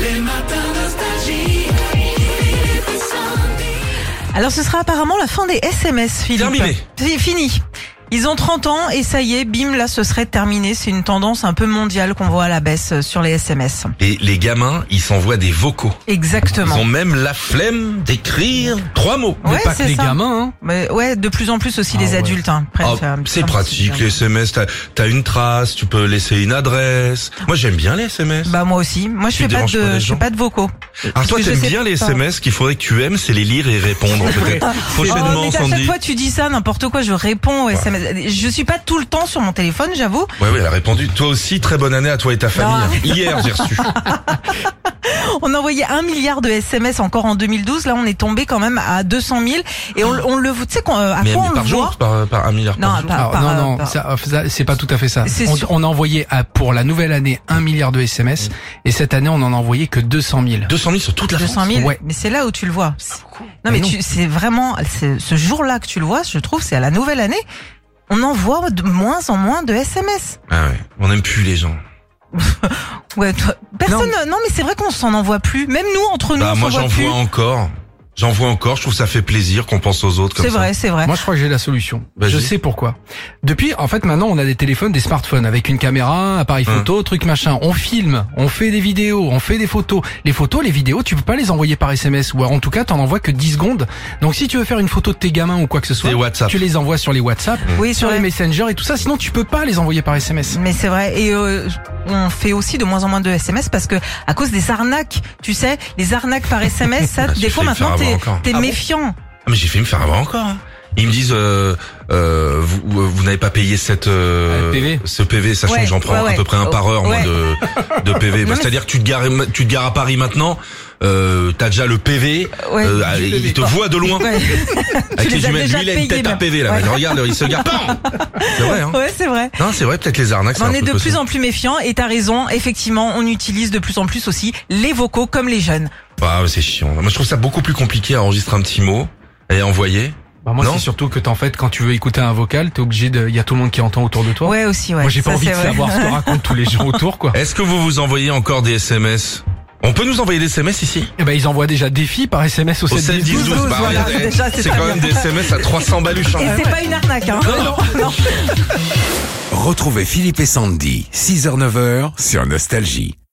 Les matins nostalgiques. Alors ce sera apparemment la fin des SMS, Philippe. Terminé. C'est fini. Ils ont 30 ans et ça y est, bim, là ce serait terminé. C'est une tendance un peu mondiale qu'on voit à la baisse euh, sur les SMS. Les, les gamins, ils s'envoient des vocaux. Ils Exactement. ont même la flemme d'écrire trois mots. Ouais, pas que c'est les ça. gamins, hein. Mais ouais, de plus en plus aussi Ah les ouais. adultes. hein, prennent Ah, ça- c'est ça- pratique, les SMS, t'as as une trace, tu peux laisser une adresse. Moi j'aime bien les SMS. Bah moi aussi. Moi je Tu fais pas déranges pas de, les je fais gens pas de vocaux. Alors Ah, toi que je t'aimes sais bien les pas. SMS, qu'il faudrait que tu aimes, c'est les lire et répondre peut-être. Oh, Prochainement, mais à chaque Sandy. fois tu dis ça n'importe quoi. Je réponds aux SMS. Je suis pas tout le temps sur mon téléphone, j'avoue. Ouais, ouais, elle a répondu. Toi aussi, très bonne année à toi et ta famille. Hier, j'ai reçu. On envoyait un milliard de SMS encore en 2012. Là on est tombé quand même à 200 000 et on, on le, tu sais qu'on- euh, à Mais, quoi mais on le par voit jour, par, par un milliard Non, par jour. Ah, pas- Alors, par- non, non, par- ça, oh, ça, c'est pas tout à fait ça. Ah. C'est On, sûr. Mm. on envoyait à- pour la nouvelle année un milliard de SMS et cette année on en a envoyé que 200 000. 200 000 sur toute la France. 200 000, Ouais. mais c'est là où tu le vois. Non, Mais mais non. tu- c'est vraiment c'est ce jour-là que tu le vois, je trouve, c'est à la nouvelle année. On envoie de moins en moins de SMS. Ah ouais, on aime plus les gens. Ouais, toi- personne. Non, Non, mais c'est vrai qu'on s'en envoie plus. Même nous, entre nous, Bah on moi s'envoie j'en plus. vois encore. J'en vois encore, je trouve que ça fait plaisir qu'on pense aux autres comme C'est ça. vrai, c'est vrai. Moi je crois que j'ai la solution. Vas-y. Je sais pourquoi. Depuis, en fait maintenant on a des téléphones, des smartphones avec une caméra, appareil Hum. photo, truc machin. On filme, on fait des vidéos, on fait des photos. Les photos, les vidéos, tu peux pas les envoyer par SMS ou alors, en tout cas t'en envoies que 10 secondes. Donc si tu veux faire une photo de tes gamins ou quoi que ce soit, Les WhatsApp. Mm. tu les envoies sur les WhatsApp, oui, c'est sur les vrai. Messenger et tout ça. Sinon tu peux pas les envoyer par SMS. Mais c'est vrai. Et euh, on fait aussi de moins en moins de SMS parce que à cause des arnaques, tu sais, les arnaques par SMS, ça, Ah, j'ai des fois failli maintenant, faire avoir t'es encore. t'es Ah bon méfiant. Ah, mais j'ai fait me faire avoir encore. hein. Ils me disent euh, euh, vous, vous n'avez pas payé cette euh, Ah, le PV. ce PV sachant Ouais, que j'en prends ouais, ouais. à peu près un par heure moi, Ouais. de de Non, PV. Bah, mais C'est-à-dire que tu te gares tu te gares à Paris maintenant, euh, t'as déjà le PV, Ouais, euh, du ah, PV. ils te voient de loin. Ouais. Avec les les as jumelles, déjà lui il a une payés, tête à même. PV là, Ouais. il regarde, il se garde. Bam C'est vrai hein. ouais, c'est vrai. Non, c'est vrai, peut-être les arnaques c'est On un est truc de aussi. plus en plus méfiant et t'as raison, effectivement, on utilise de plus en plus aussi les vocaux comme les jeunes. Ah, ouais, c'est chiant. Moi, je trouve ça beaucoup plus compliqué à enregistrer un petit mot et à envoyer. Bah moi Non. c'est surtout que t'en fait quand tu veux écouter un vocal, t'es obligé de, il y a tout le monde qui entend autour de toi. Ouais aussi, ouais. moi j'ai pas ça, envie de c'est vrai. savoir ce que racontent tous les gens autour quoi. Est-ce que vous vous envoyez encore des SMS On peut nous envoyer des SMS ici Et ben ils envoient déjà des filles par SMS au Au 7 10 7-10-12, 12. bah, voilà, regardez, déjà, c'est c'est pas quand même bien. des SMS à 300 baluches. hein. Et c'est pas une arnaque, hein. non. Retrouvez Philippe et Sandy, 6h-9h sur Nostalgie.